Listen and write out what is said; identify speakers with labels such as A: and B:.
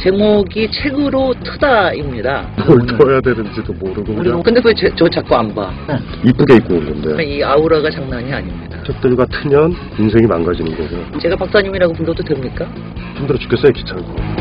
A: 제목이 책으로 트다입니다.
B: 뭘 줘야 되는지도 모르고 그 네.
A: 우리
B: 그냥
A: 근데 왜 저 자꾸 안 봐?
B: 이쁘게 입고 온 건데
A: 이 아우라가 장난이 아닙니다.
B: 책들과 트면 인생이 망가지는 거죠
A: 제가 박사님이라고 불러도 됩니까?
B: 힘들어 죽겠어요 귀찮고